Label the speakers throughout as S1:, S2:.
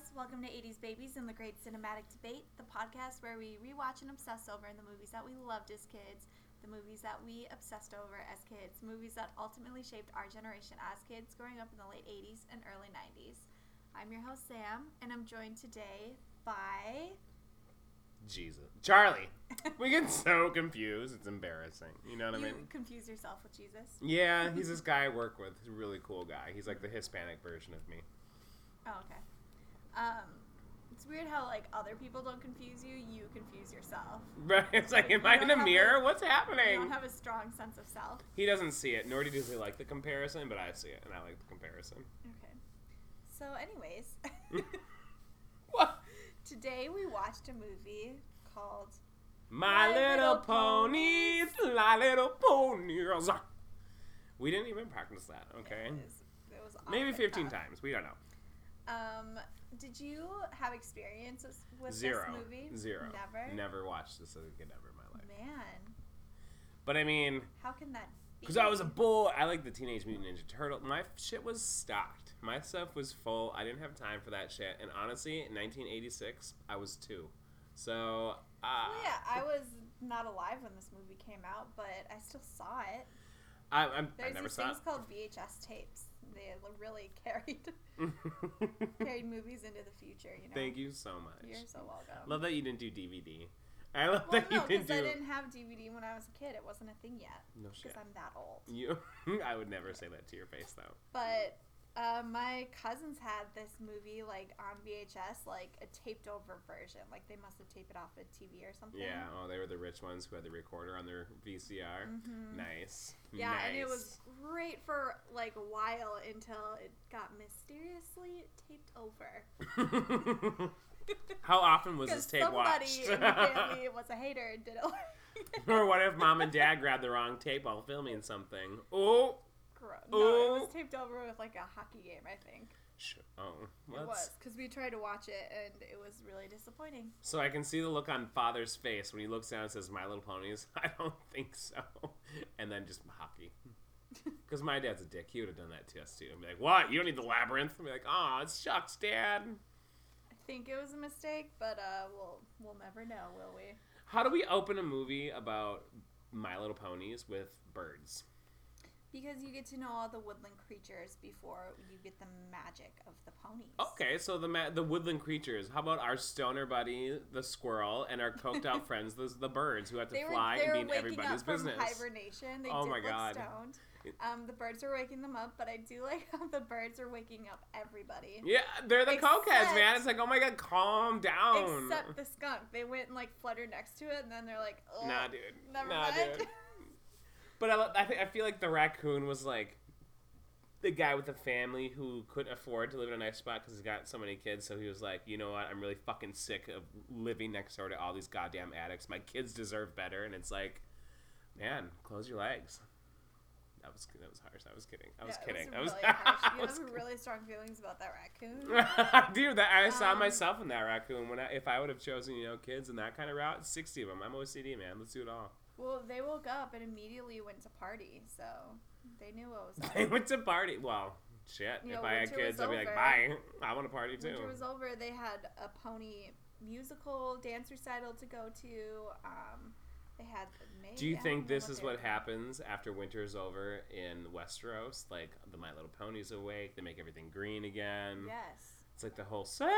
S1: 80s Babies and the Great Cinematic Debate, the podcast where we rewatch and obsess over the movies that we loved as kids, the movies that we obsessed over as kids, movies that ultimately shaped our generation as kids growing up in the late 80s and early 90s. I'm your host, Sam, and I'm joined today by.
S2: Jesus. Charlie! we get so confused. It's embarrassing. You know what I
S1: you
S2: mean?
S1: confuse yourself with Jesus.
S2: Yeah, he's this guy I work with. He's a really cool guy. He's like the Hispanic version of me.
S1: Oh, okay. Um, it's weird how, like, other people don't confuse you, you confuse yourself.
S2: Right? It's like, am
S1: You
S2: I
S1: don't
S2: in a
S1: have
S2: mirror?
S1: a-
S2: What's
S1: You don't
S2: happening?
S1: have a strong sense of self.
S2: He doesn't see it, nor does he like the comparison, but I see it, and I like the comparison.
S1: Okay. So, anyways,
S2: What?
S1: today we watched a movie called
S2: My,
S1: My
S2: little,
S1: Little
S2: ponies, my little ponies. We didn't even practice that, okay?
S1: It Was, it was off
S2: Maybe
S1: the
S2: 15
S1: cuff.
S2: times. We don't know.
S1: Um, did you have experiences with
S2: Zero.
S1: this movie?
S2: Zero.
S1: Never.
S2: Never watched this again ever in my life.
S1: Man,
S2: But I mean,
S1: how can that be?
S2: Because I was a bull. I like the Teenage Mutant Ninja Turtle. My shit was stocked. My stuff was full. I didn't have time for that shit. And honestly, in 1986, I was two. So, uh,
S1: Well, Oh, yeah, I was not alive when this movie came out, but I still saw it.
S2: I, I'm, I
S1: There's
S2: never
S1: these
S2: saw
S1: things
S2: it.
S1: called VHS tapes. They really carried carried movies into the future. You know.
S2: Thank you so much.
S1: You're so welcome.
S2: Love that you didn't do DVD. I love
S1: well,
S2: that you
S1: no,
S2: didn't
S1: because
S2: do.
S1: I didn't have DVD when I was a kid. It wasn't a thing yet.
S2: No
S1: Because
S2: shit.
S1: I'm that old.
S2: You, I would never say that to your face though.
S1: But uh, my cousins had this movie like on VHS, like a taped over version. Like they must have taped it off a TV or something.
S2: Yeah. Oh, they were the rich ones who had the recorder on their VCR. Nice.
S1: Mm-hmm. Yeah, and it
S2: Nice.
S1: was great for like a while until it got mysteriously taped over.
S2: How often was this
S1: Because
S2: tape
S1: somebody
S2: watched?
S1: in the family was a hater and did it.
S2: or what if mom and dad grabbed the wrong tape while filming something? Oh,
S1: Gross. No, it
S2: Oh.
S1: was taped over with like a hockey game, I think.
S2: sh- oh,
S1: It was
S2: let's.
S1: because we tried to watch it and it was really disappointing.
S2: So I can see the look on father's face when he looks down and says, "My Little Ponies." I don't think so. And then just hockey, because my dad's a dick. He would have done that to us too. I'd be like, "What? You don't need the labyrinth." I'd be like, "Aw, it sucks, Dad."
S1: I think it was a mistake, but uh, we'll we'll never know, will we?
S2: How do we open a movie about My Little Ponies with birds?
S1: Because you get to know all the woodland creatures before you get the magic of the ponies.
S2: Okay, so the ma- the woodland creatures. How about our stoner buddy, the squirrel, and our coked out friends, the, the birds, who have to
S1: They were,
S2: fly
S1: they
S2: and
S1: were
S2: be in
S1: waking up
S2: everybody's
S1: from
S2: business.
S1: hibernation. They
S2: Oh
S1: did
S2: my
S1: look
S2: God.
S1: stoned. Um, the birds are waking them up, but I do like how the birds are waking up everybody.
S2: Yeah, they're the cokeheads,
S1: Except-
S2: man. It's like, oh my god, calm down.
S1: Except the skunk. They went and like fluttered next to it, and then they're like, Ugh,
S2: nah, dude.
S1: Never
S2: nah,
S1: mind.
S2: dude. But I, lo- I, think, I feel like the raccoon was like the guy with the family who couldn't afford to live in a nice spot because he's got so many kids. So he was like, you know what? I'm really fucking sick of living next door to all these goddamn addicts. My kids deserve better. And it's like, man, close your legs. That was that was harsh. I was kidding. I was
S1: Yeah, it
S2: kidding. I
S1: really
S2: was.
S1: harsh.
S2: I
S1: You
S2: was
S1: have really strong feelings about that raccoon.
S2: Dude, that I saw
S1: Um,
S2: myself in that raccoon. When I, if I would have chosen, you know, kids and that kind of route, sixty of them. I'm OCD, man. Let's do it all.
S1: Well, they woke up and immediately went to party, so they knew what was up.
S2: They went to party. Well, shit.
S1: You
S2: if
S1: know,
S2: I had
S1: winter was
S2: kids, I'd be like,
S1: over.
S2: bye. I want a party too.
S1: Winter was over. They had a pony musical dance recital to go to. Um, they had. Maybe,
S2: do you
S1: I don't
S2: think
S1: know
S2: this is
S1: they-
S2: what happens after winter is over in Westeros? Like the My Little Pony's awake. They make everything green again.
S1: Yes,
S2: It's like the whole circle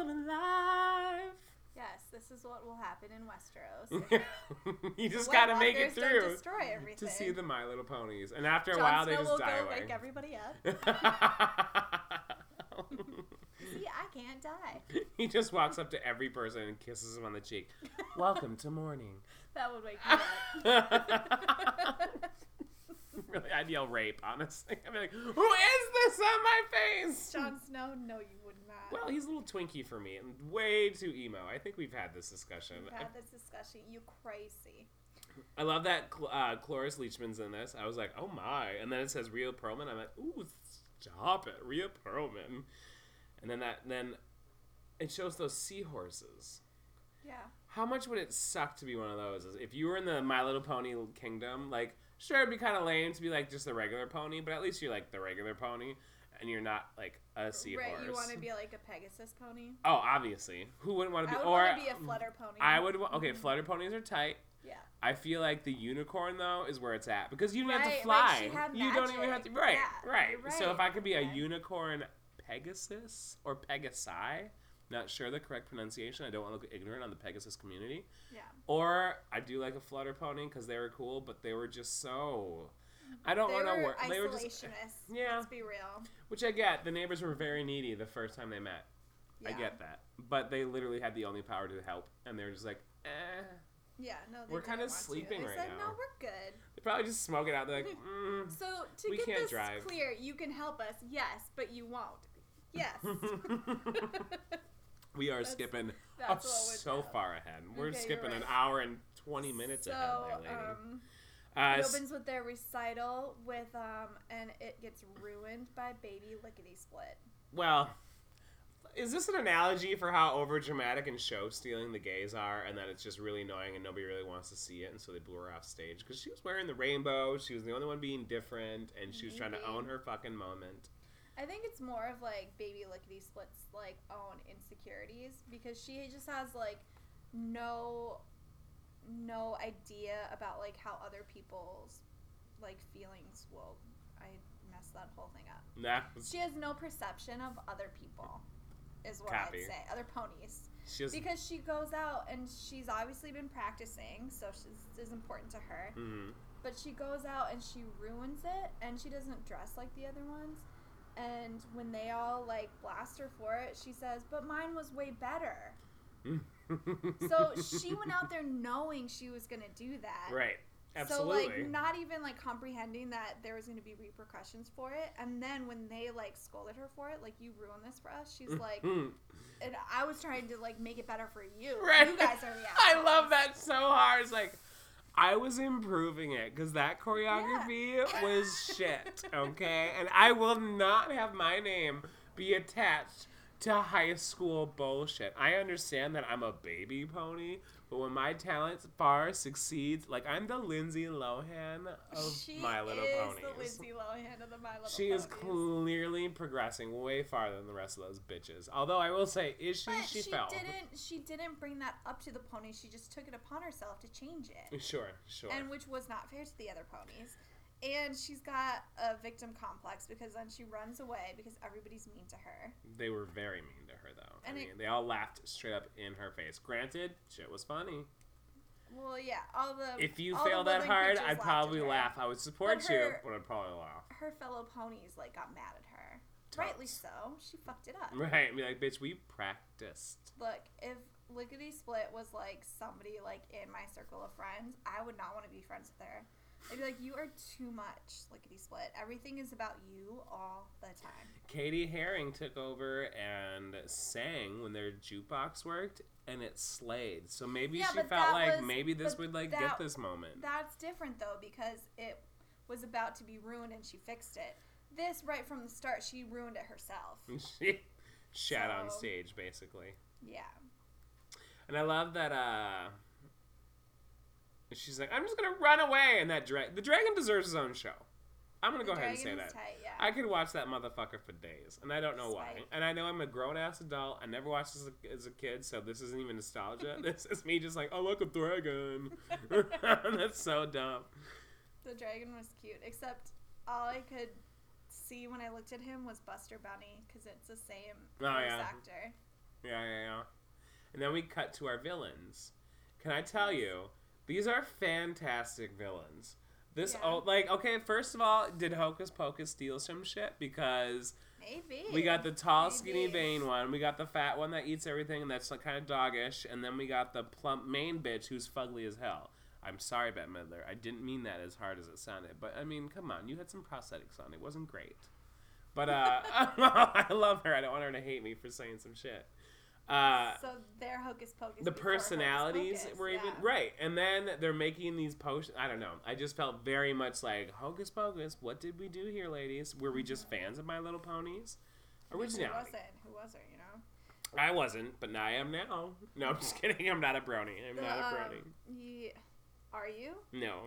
S2: of life.
S1: yes. This is what will happen in Westeros.
S2: you just gotta make
S1: White Walkers
S2: it
S1: don't
S2: through
S1: Destroy everything.
S2: to see the My Little Ponies, and after a
S1: Jon
S2: while,
S1: Snow
S2: they just
S1: will
S2: die
S1: go
S2: away.
S1: wake everybody up. See, I can't die.
S2: he just walks up to every person and kisses them on the cheek. Welcome to morning.
S1: That would wake me up.
S2: really, I'd yell rape, honestly. I'd be like, who is this on my face?
S1: Jon Snow, no, you would not.
S2: Well, he's a little twinky for me and way too emo. I think we've had this discussion.
S1: We've had this discussion. You crazy.
S2: I love that Cl- uh, Cloris Leachman's in this. I was like, oh my. And then it says Rhea Perlman. I'm like, ooh, stop it, Rhea Perlman. And then that, then it shows those seahorses.
S1: Yeah.
S2: How much would it suck to be one of those? If you were in the My Little Pony kingdom, like, sure, it'd be kind of lame to be like just the regular pony, but at least you're like the regular pony. and you're not like a seahorse.
S1: Right, you want to be like a Pegasus pony.
S2: Oh, obviously, who wouldn't want
S1: I
S2: to be?
S1: would
S2: or
S1: want to be a flutter pony.
S2: I would. wa- Okay, flutter ponies are tight.
S1: Yeah.
S2: I feel like the unicorn though is where it's at because you don't have to
S1: Right,
S2: fly.
S1: like, she had
S2: you don't even have to.
S1: magic.
S2: Right,
S1: Yeah,
S2: right.
S1: you're
S2: So if
S1: right.
S2: I could be a
S1: Okay.
S2: unicorn Pegasus or Pegasi, not sure the correct pronunciation. I don't want to look ignorant on the Pegasus community.
S1: Yeah.
S2: Or I do like a flutter pony because they were cool, but they were just so. I don't
S1: they
S2: want to
S1: were
S2: work.
S1: isolationists.
S2: They were just, Yeah.
S1: Let's be real.
S2: which I get. The neighbors were very needy the first time they met.
S1: Yeah.
S2: I get that, but they literally had the only power to help, and they were just like, eh.
S1: Yeah. No. They
S2: We're
S1: didn't
S2: kinda
S1: want to.
S2: sleeping
S1: they
S2: right
S1: said,
S2: now.
S1: No, we're good.
S2: They probably just smoke it out. They're like, mm,
S1: So to
S2: We
S1: get
S2: can't
S1: this
S2: drive.
S1: clear, you can help us, yes, but you won't. Yes.
S2: we are
S1: That's-
S2: skipping
S1: that's
S2: up
S1: what would
S2: so
S1: happen.
S2: far ahead. We're
S1: Okay, you're
S2: skipping an
S1: right.
S2: hour and 20 minutes
S1: so,
S2: ahead there, lady.
S1: um,
S2: uh,
S1: it
S2: s-
S1: opens with their recital with um, and it gets ruined by Baby Lickety Split.
S2: well, is this an analogy for how overdramatic and show stealing the gays are and that it's just really annoying and nobody really wants to see it and so they blew her off stage? Because she was wearing the rainbow, she was the only one being different, and she was trying to
S1: Maybe.
S2: own her fucking moment.
S1: I think it's more of like Baby Lickety Split's like own insecurities because she just has like no no idea about like how other people's like feelings will. I messed that whole thing up.
S2: Nah, was-
S1: She has no perception of other people, is what
S2: Copy.
S1: I'd say. Other ponies.
S2: she was.
S1: Because she goes out and she's obviously been practicing, so she's, this is important to her.
S2: Mhm.
S1: But she goes out and she ruins it, and she doesn't dress like the other ones. And when they all like blast her for it, she says, "But mine was way better." So she went out there knowing she was gonna do that.
S2: Right. Absolutely.
S1: So like not even like comprehending that there was going to be repercussions for it, and then when they like scolded her for it, like you ruined this for us. She's like,
S2: Mm.
S1: and I was trying to like make it better for you.
S2: Right.
S1: You guys are the
S2: I
S1: assholes."
S2: love that so hard. It's like I was improving it because that choreography was shit. Okay, and I will not have my name be attached to high school bullshit. I understand that I'm a baby pony, but when my talent far succeeds, like I'm the Lindsay Lohan of
S1: She
S2: My Little
S1: is
S2: Ponies.
S1: the Lindsay Lohan of the My Little
S2: She
S1: Ponies.
S2: is clearly progressing way farther than the rest of those bitches. Although I will say, is she?
S1: But
S2: she,
S1: she,
S2: fell.
S1: didn't. She didn't bring that up to the pony. She just took it upon herself to change it,
S2: Sure, sure.
S1: and which was not fair to the other ponies. And she's got a victim complex because then she runs away because everybody's mean to her.
S2: They were very mean to her, though. I
S1: And
S2: mean,
S1: it-
S2: they all laughed straight up in her face. Granted, shit was funny.
S1: Well, yeah, all the
S2: If you
S1: Um, all the
S2: fail that
S1: living
S2: hard,
S1: creatures
S2: I'd
S1: laughed at
S2: probably
S1: her.
S2: laugh. I would support
S1: But
S2: you,
S1: her-
S2: but I'd probably laugh.
S1: Her fellow ponies like got mad at her.
S2: Totes.
S1: Rightly so. She fucked it up.
S2: Right? And be like, bitch, we practiced.
S1: Look, if Lickety Split was like somebody like in my circle of friends, I would not want to be friends with her. I'd be like, you are too much, Lickety Split. Everything is about you all the time.
S2: Katie Herring took over and sang when their jukebox worked, and it slayed. So maybe
S1: Yeah,
S2: she
S1: but
S2: felt
S1: that
S2: like
S1: was-
S2: maybe this
S1: but
S2: would like get
S1: that-
S2: this moment.
S1: That's different though because it was about to be ruined and she fixed it. This right from the start, she ruined it herself.
S2: she shat on
S1: So-
S2: stage, basically.
S1: Yeah.
S2: And I love that uh she's like, I'm just gonna run away and that dragon the dragon deserves his own show. I'm gonna go
S1: The
S2: ahead and say
S1: dragon
S2: that.
S1: is tight, yeah.
S2: I could watch that motherfucker for days, and I don't know why.
S1: Spike.
S2: And I know I'm a grown ass adult. I never watched this as a, as a kid, so this isn't even nostalgia. this is me just like, oh look a dragon. That's so dumb.
S1: The dragon was cute, except all I could see when I looked at him was Buster Bunny because it's the same
S2: Oh,
S1: voice
S2: yeah.
S1: actor.
S2: Yeah, yeah, yeah. And then we cut to our villains. Can I tell you, these are fantastic villains. This
S1: Yeah.
S2: oh, like okay. First of all, did Hocus Pocus steal some shit? Because
S1: Maybe
S2: we got the tall, skinny,
S1: Maybe.
S2: vain one. We got the fat one that eats everything and that's like kind of doggish. And then we got the plump main bitch who's fugly as hell. I'm sorry, Bette Midler. I didn't mean that as hard as it sounded. But I mean, come on, you had some prosthetics on. It wasn't great. But uh, I love her. I don't want her to hate me for saying some shit. Uh,
S1: so their hocus pocus.
S2: the
S1: before Hocus
S2: personalities
S1: Pocus,
S2: were even
S1: yeah.
S2: right and then they're making these potions i don't know i just felt very much like hocus pocus what did we do here ladies were we just fans of my little ponies
S1: Who
S2: originality
S1: wasn't? Who was Mm-hmm. it? You know.
S2: i wasn't but now i am now no i'm just kidding i'm not a brony i'm not a brony
S1: Um, ye- are you?
S2: no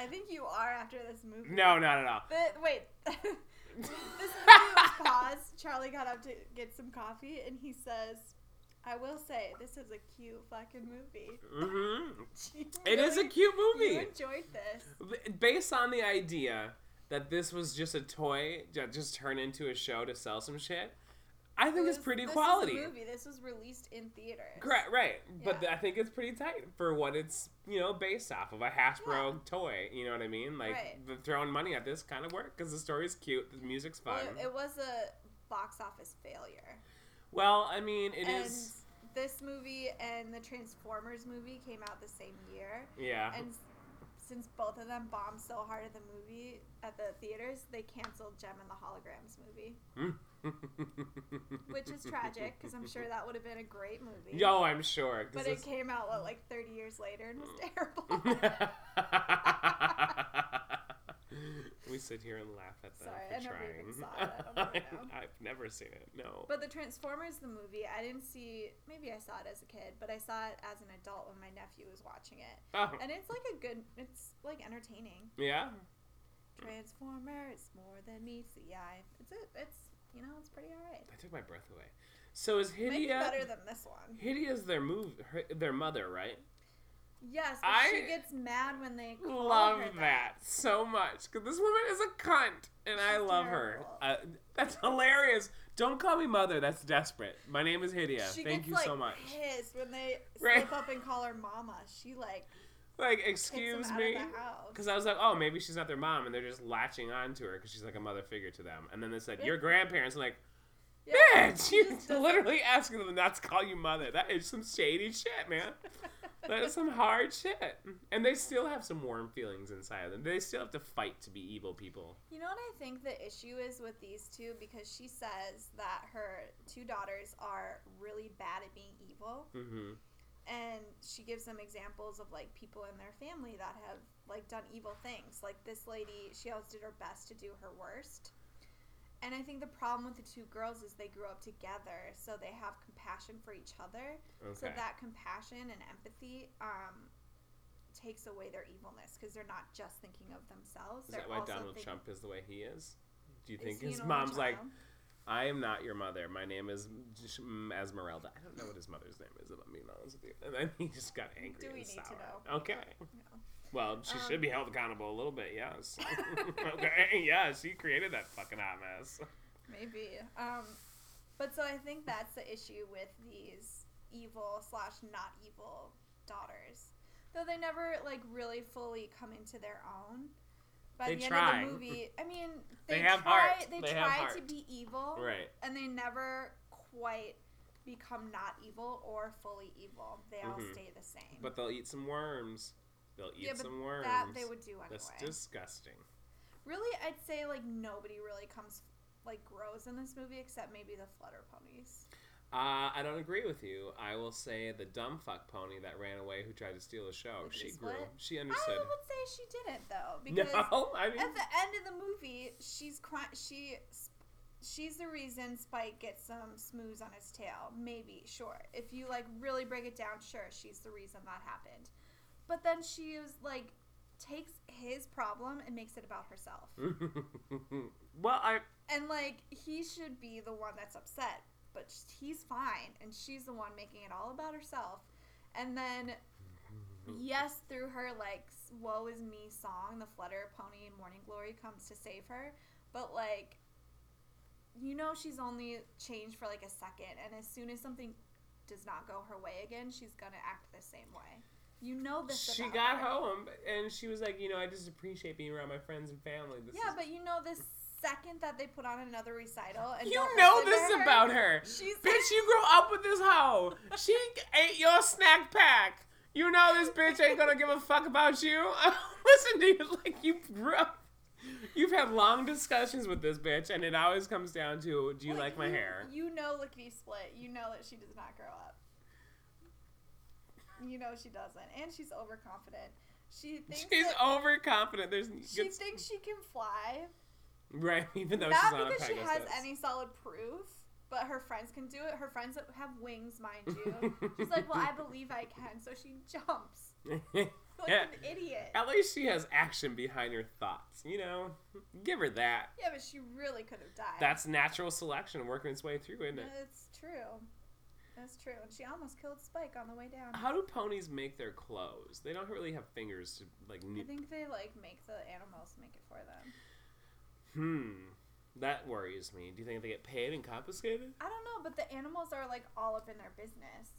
S1: I think you are after this movie.
S2: no not at all
S1: But wait, This movie was paused. Charlie got up to get some coffee, and he says, "I will say this is a cute fucking movie.
S2: hmm
S1: You
S2: It is a
S1: really-
S2: cute movie.
S1: You enjoyed this.
S2: B- Based on the idea that this was just a toy that just turned into a show to sell some shit, I think
S1: It
S2: it's
S1: was-
S2: pretty
S1: this is a
S2: quality.
S1: movie. This was released in theaters.
S2: Correct, right. But
S1: Yeah.
S2: I think it's pretty tight for what it's, you know, based off of a Hasbro toy. You know what I mean? Like,
S1: Right.
S2: the throwing money at this kind of worked because the story's cute, the music's fun.
S1: Well, it, it was a box office failure.
S2: well, I mean, it is.
S1: and this movie and the Transformers movie came out the same year.
S2: Yeah.
S1: And s- since both of them bombed so hard at the movie at the theaters, they canceled Gem and the Holograms movie, which is tragic because I'm sure that would have been a great movie.
S2: Yo, I'm sure. 'cause
S1: but
S2: it's- Mm.
S1: it came out what, like 30 years later and was terrible.
S2: we sit here and laugh at them
S1: Sorry,
S2: for
S1: I never
S2: trying.
S1: even saw it. I don't even know.
S2: I've never seen it. No.
S1: but the Transformers the movie, I didn't see. Maybe I saw it as a kid, but I saw it as an adult when my nephew was watching it,
S2: oh,
S1: and it's like a good. It's like entertaining.
S2: yeah.
S1: Transformers, more than meets the eye. It's it. It's you know, it's pretty alright.
S2: That took my breath away. So is
S1: Maybe better
S2: Hidea?
S1: than this one.
S2: Hidea's their move, her, their mother, right?
S1: Yes, but
S2: I
S1: she gets mad when they call
S2: Love
S1: her
S2: that. so much because this woman is a cunt, and I
S1: She's
S2: love
S1: terrible.
S2: her. Uh, that's hilarious. Don't call me mother. That's desperate. My name is Hidea.
S1: She gets
S2: Thank you
S1: like
S2: so much.
S1: pissed when they
S2: Right.
S1: slip up and call her mama. She like
S2: Like,
S1: kicks
S2: excuse
S1: them
S2: me.
S1: out of the house.
S2: Because I was like, oh, maybe she's not their mom, and they're just latching on to her because she's like a mother figure to them. And then they said, your grandparents. I'm like,
S1: Yeah,
S2: bitch,
S1: she
S2: you
S1: just doesn't-
S2: literally asking them not to call you mother. That is some shady shit, man. That is some hard shit. And they still have some warm feelings inside of them. They still have to fight to be evil people.
S1: You know what I think the issue is with these two because she says that her two daughters are really bad at being evil.
S2: Mm-hmm.
S1: and she gives them examples of like people in their family that have like done evil things like this lady she always did her best to do her worst and i think the problem with the two girls is they grew up together so they have compassion for each other so
S2: Okay.
S1: that compassion and empathy um, takes away their evilness because they're not just thinking of themselves
S2: is
S1: they're
S2: that why
S1: also
S2: Donald
S1: thinking-
S2: Trump is the way he is? Do you
S1: Is
S2: think
S1: he
S2: his
S1: an only
S2: mom's like,
S1: child?
S2: I am not your mother. My name is J- mm, Esmeralda. I don't know what his mother's name is, if I'm being honest with you. And then he just got angry.
S1: Do we
S2: and
S1: need to
S2: sour.
S1: know?
S2: Okay.
S1: No.
S2: Well, she
S1: Um,
S2: should be held accountable a little bit, yes. okay, yeah, she created that fucking hot mess.
S1: Maybe. Um, but so I think that's the issue with these evil slash not evil daughters. Though they never like really fully come into their own. By
S2: They
S1: the
S2: try.
S1: end of the movie, I mean,
S2: They
S1: they,
S2: have
S1: try,
S2: heart.
S1: They,
S2: They have
S1: try to
S2: heart.
S1: be evil,
S2: Right.
S1: and they never quite become not evil or fully evil. They all
S2: Mhm.
S1: stay the same.
S2: But they'll eat some worms. They'll eat
S1: yeah, but
S2: some worms.
S1: that they would do anyway.
S2: That's disgusting.
S1: Really, I'd say like nobody really comes like grows in this movie except maybe the flutter ponies.
S2: Uh, I don't agree with you. I will say the dumb fuck pony that ran away who tried to steal the show.
S1: Which
S2: she
S1: is
S2: grew.
S1: what?
S2: She
S1: I
S2: understood.
S1: would say she didn't though, because
S2: No, I mean,
S1: at the end of the movie, she's cry- she she's the reason Spike gets some smooths on his tail. Maybe, sure. If you like really break it down, sure, she's the reason that happened. But then she is like takes his problem and makes it about
S2: Mm.
S1: herself.
S2: well, I
S1: And like he should be the one that's upset, but sh- he's fine and she's the one making it all about herself. And then yes, through her like s- woe is me song, the flutter pony in morning glory comes to save her, but like you know she's only changed for like a second and as soon as something does not go her way again, she's going to act the same way. You know this
S2: she
S1: about
S2: got
S1: her.
S2: home and she was like, you know, I just appreciate being around my friends and family. This
S1: Yeah,
S2: is-
S1: but you know this second that they put on another recital and
S2: you
S1: don't
S2: know
S1: listen to
S2: this
S1: her,
S2: about her.
S1: She's
S2: Bitch, you grew up with this hoe. She ate your snack pack. You know this bitch ain't gonna give a fuck about you. Listen to you like you grew up. You've had long discussions with this bitch, and it always comes down to, do you like my
S1: you,
S2: hair?
S1: You know Lickety Split. You know that she does not grow up. You know she doesn't. And she's overconfident. She thinks
S2: She's
S1: that,
S2: overconfident. There's
S1: she thinks she can fly.
S2: right, even though she's
S1: Not
S2: on a
S1: because she
S2: Pegasus.
S1: has any solid proof, but her friends can do it. Her friends have wings, mind you. she's like, Well, I believe I can, so she jumps. like
S2: Yeah.
S1: an idiot.
S2: At least she has action behind her thoughts, you know? Give her that.
S1: Yeah, but she really could have died.
S2: That's natural selection working its way through, isn't it?
S1: It's true. That's true. And she almost killed Spike on the way down.
S2: How do ponies make their clothes? They don't really have fingers to, like,
S1: I
S2: knit.
S1: think they like make the animals make it for them.
S2: Hmm. That worries me. Do you think they get paid and confiscated?
S1: I don't know, but the animals are like all up in their business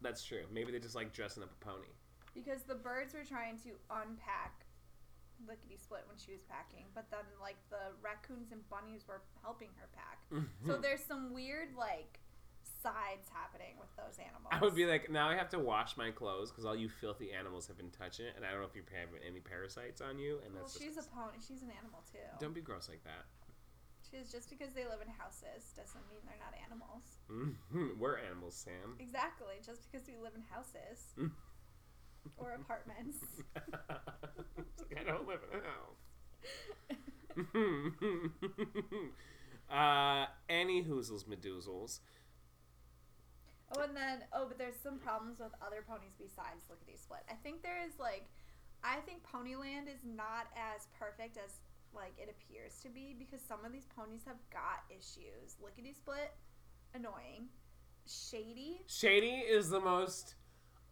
S2: That's true. Maybe they just like dressing up a pony.
S1: because the birds were trying to unpack Lickety Split when she was packing, but then like the raccoons and bunnies were helping her pack.
S2: Hmm.
S1: So there's some weird like sides happening with those animals.
S2: I would be like, now I have to wash my clothes because all you filthy animals have been touching it, and I don't know if you have any parasites on you, and
S1: Well,
S2: that's
S1: she's a
S2: just,
S1: pony. She's an animal too.
S2: don't be gross like that.
S1: She's just because they live in houses doesn't mean they're not animals.
S2: Mhm. We're animals, Sam.
S1: Exactly. Just because we live in houses
S2: Hmm.
S1: or apartments.
S2: It's like, I don't live in a house. uh, any hoozles, medoozles.
S1: oh, and then oh, but there's some problems with other ponies besides Lickety Split. I think there is like, I think Ponyland is not as perfect as like it appears to be because some of these ponies have got issues. Lickety Split, annoying. Shady,
S2: Shady is the most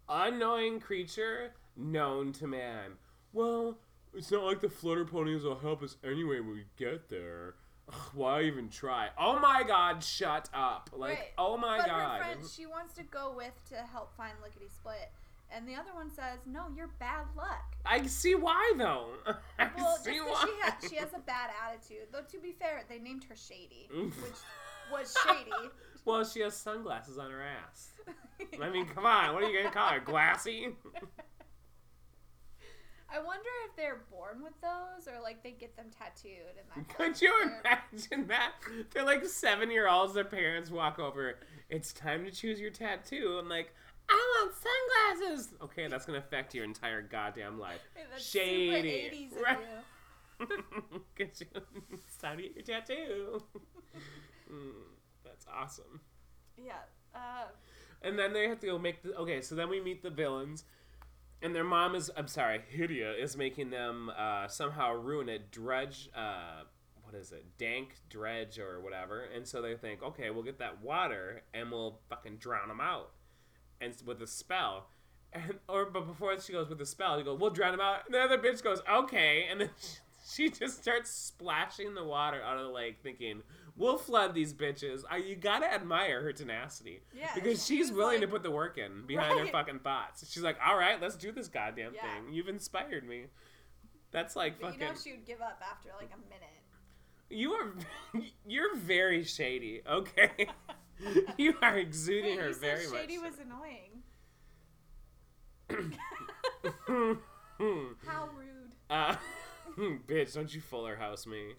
S2: annoying creature known to man. Well, it's not like the flutter ponies will help us anyway when we get there. Ugh, why even try? Oh my god, shut up. Like,
S1: Right.
S2: oh my
S1: but
S2: god.
S1: her friend she wants to go with to help find Lickety Split, and the other one says, "No, you're bad luck."
S2: I see why though. I
S1: Well, just
S2: see
S1: 'cause she
S2: why.
S1: has she has a bad attitude. Though to be fair, they named her Shady, which was shady.
S2: well, she has sunglasses on her ass. I mean, come on, what are you gonna call her? Glassy?
S1: I wonder if they're born with those or like they get them tattooed and that's
S2: Could
S1: like,
S2: you
S1: their-
S2: imagine that? They're like seven year olds, their parents walk over. It's time to choose your tattoo. I'm like, I want sunglasses. Okay, that's gonna affect your entire goddamn life.
S1: That's
S2: Shady.
S1: Super 80s of
S2: Right.
S1: you.
S2: Could you? It's time to get your tattoo. Mm, that's awesome.
S1: Yeah. Uh,
S2: And then they have to go make the okay. So then we meet the villains, and their mom is I'm sorry, Hidia is making them uh, somehow ruin it. Dredge, uh, what is it? Dank dredge or whatever. And so they think, okay, we'll get that water and we'll fucking drown them out, and s- with a spell. And or but before she goes with the spell, they go, we'll drown them out. And the other bitch goes, okay, and then. She, she just starts splashing the water out of the lake, thinking, "We'll flood these bitches." I, you gotta admire her tenacity.
S1: Yeah,
S2: Because
S1: she
S2: she's
S1: was
S2: willing
S1: like-
S2: to put the work in behind her
S1: Right.
S2: fucking thoughts. She's like, all right, let's do this goddamn
S1: Yeah.
S2: thing. You've inspired me. That's like
S1: but you
S2: fucking.
S1: know she would give up after like a minute.
S2: You are, you're very shady. Okay, you are exuding
S1: Wait,
S2: her
S1: you said
S2: very
S1: Shady
S2: much.
S1: was annoying.
S2: Hmm, hmm.
S1: How rude.
S2: uh, hmm, bitch, don't you Fuller House me?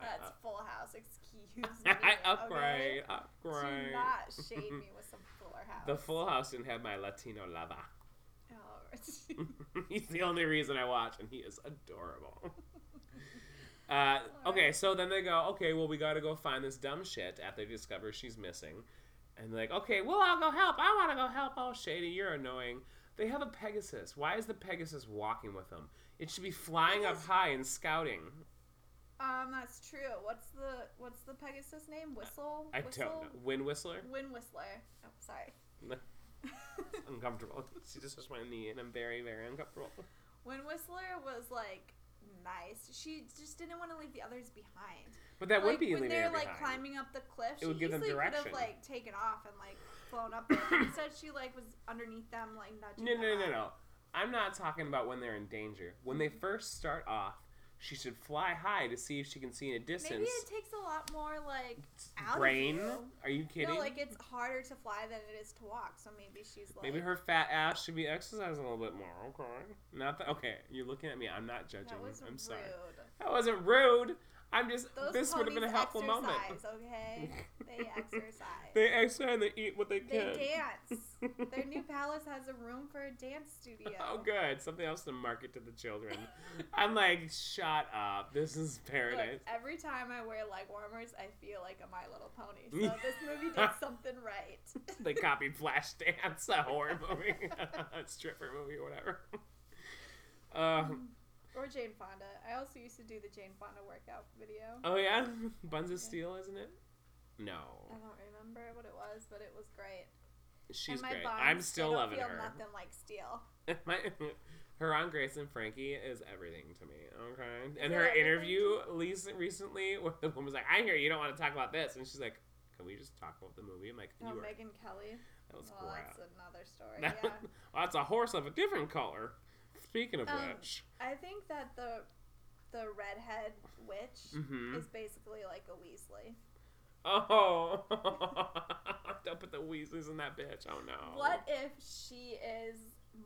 S2: Uh,
S1: That's Full House. Excuse me.
S2: I
S1: okay?
S2: upgrade,
S1: Do
S2: upgrade.
S1: not shade me with some Fuller House.
S2: The Full House didn't have my Latino lover.
S1: Oh,
S2: He's the only reason I watch, and he is adorable. Uh, okay, so then they go, okay, well, we gotta go find this dumb shit after they discover she's missing. And they're like, okay, well, I'll go help. I wanna go help. Oh, Shady, you're annoying. They have a Pegasus. Why is the Pegasus walking with them? It should be flying up high and scouting.
S1: um, that's true. What's the what's the Pegasus name? Whistle.
S2: I
S1: Whistle?
S2: don't know. Wind Whistler?
S1: Wind Whistler. Oh, sorry.
S2: uncomfortable. She just touched my knee, and I'm very, very uncomfortable.
S1: Wind Whistler was like nice. She just didn't want to leave the others behind.
S2: But that would
S1: Like,
S2: be
S1: when
S2: leaving
S1: they're
S2: her
S1: like
S2: behind.
S1: climbing up the cliff.
S2: It would
S1: she
S2: give them
S1: easily
S2: direction.
S1: could have like taken off and like flown up there. but Instead, she like was underneath them, like nudging.
S2: No,
S1: them
S2: no, no,
S1: up.
S2: no. I'm not talking about when they're in danger. When they first start off, she should fly high to see if she can see in a
S1: Maybe
S2: distance.
S1: it takes a lot more like out
S2: Brain?
S1: of you.
S2: Are you kidding?
S1: No, like it's harder to fly than it is to walk. So maybe she's like
S2: Maybe her fat ass should be exercising a little bit more. Okay, not that. Okay, you're looking at me. I'm not judging.
S1: that
S2: you.
S1: was
S2: I'm
S1: rude.
S2: sorry. That wasn't rude. I'm just.
S1: Those
S2: this would have been a
S1: ponies
S2: helpful
S1: exercise,
S2: moment.
S1: Okay, they exercise.
S2: They exercise and they eat what they can.
S1: They dance. Their new palace has a room for a dance studio.
S2: Oh, good. Something else to market to the children. I'm like, shut up. This is
S1: Look,
S2: paradise.
S1: every time I wear leg warmers, I feel like a My Little Pony. So this movie did something right.
S2: they copied Flashdance, a horror movie, a stripper movie, or whatever. Uh,
S1: Or Jane Fonda. I also used to do the Jane Fonda workout video.
S2: oh yeah, Buns of Steel, isn't it? No,
S1: I don't remember what it was, but it was great.
S2: she's
S1: and my
S2: great.
S1: buns,
S2: I'm
S1: they
S2: still
S1: don't
S2: loving
S1: feel
S2: her.
S1: Nothing like steel.
S2: My, her on Grace and Frankie is everything to me. Okay, and
S1: it
S2: her
S1: everything
S2: interview recent, recently, where the woman was like, "I hear you don't want to talk about this," and she's like, "Can we just talk about the movie?" I'm like, "You
S1: No,
S2: are
S1: Megan Kelly.
S2: that was
S1: well,
S2: crap.
S1: that's another story.
S2: That-
S1: uh, yeah.
S2: Well, that's a horse of a different color." Speaking of
S1: Um,
S2: which,
S1: I think that the the redhead witch
S2: Mhm.
S1: is basically like a Weasley.
S2: oh, don't put the Weasleys in that bitch. Oh no,
S1: What if she is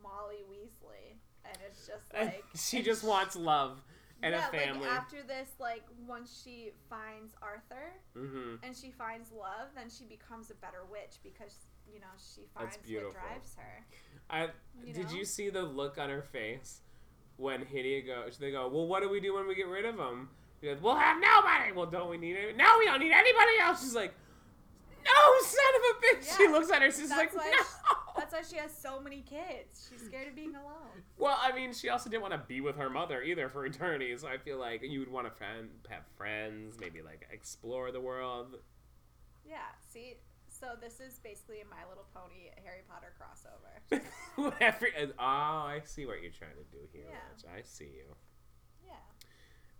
S1: Molly Weasley? And it's just
S2: And
S1: like
S2: she
S1: and
S2: just wants love and
S1: yeah,
S2: a family.
S1: Like after this, like once she finds Arthur
S2: mm-hmm.
S1: and she finds love, then she becomes a better witch because you know she
S2: That's
S1: finds what
S2: beautiful.
S1: drives her.
S2: I
S1: You
S2: did
S1: know?
S2: you see the look on her face when Hidea goes? They go, "Well, what do we do when we get rid of him?" She goes, "We'll have nobody. Well, don't we need it? No, we don't need anybody else." She's like, "No, son of a bitch." She
S1: Yeah.
S2: looks at her. She's
S1: That's
S2: like,
S1: why
S2: "No."
S1: That's why she has so many kids. She's scared of being alone.
S2: well, I mean, she also didn't want to be with her mother either for eternity. So I feel like you would want to friend, have friends, maybe like explore the world.
S1: Yeah. See, so this is basically a My Little Pony Harry Potter crossover.
S2: Whatever. Oh, I see what you're trying to do here.
S1: Yeah.
S2: Rich. I see you.
S1: Yeah.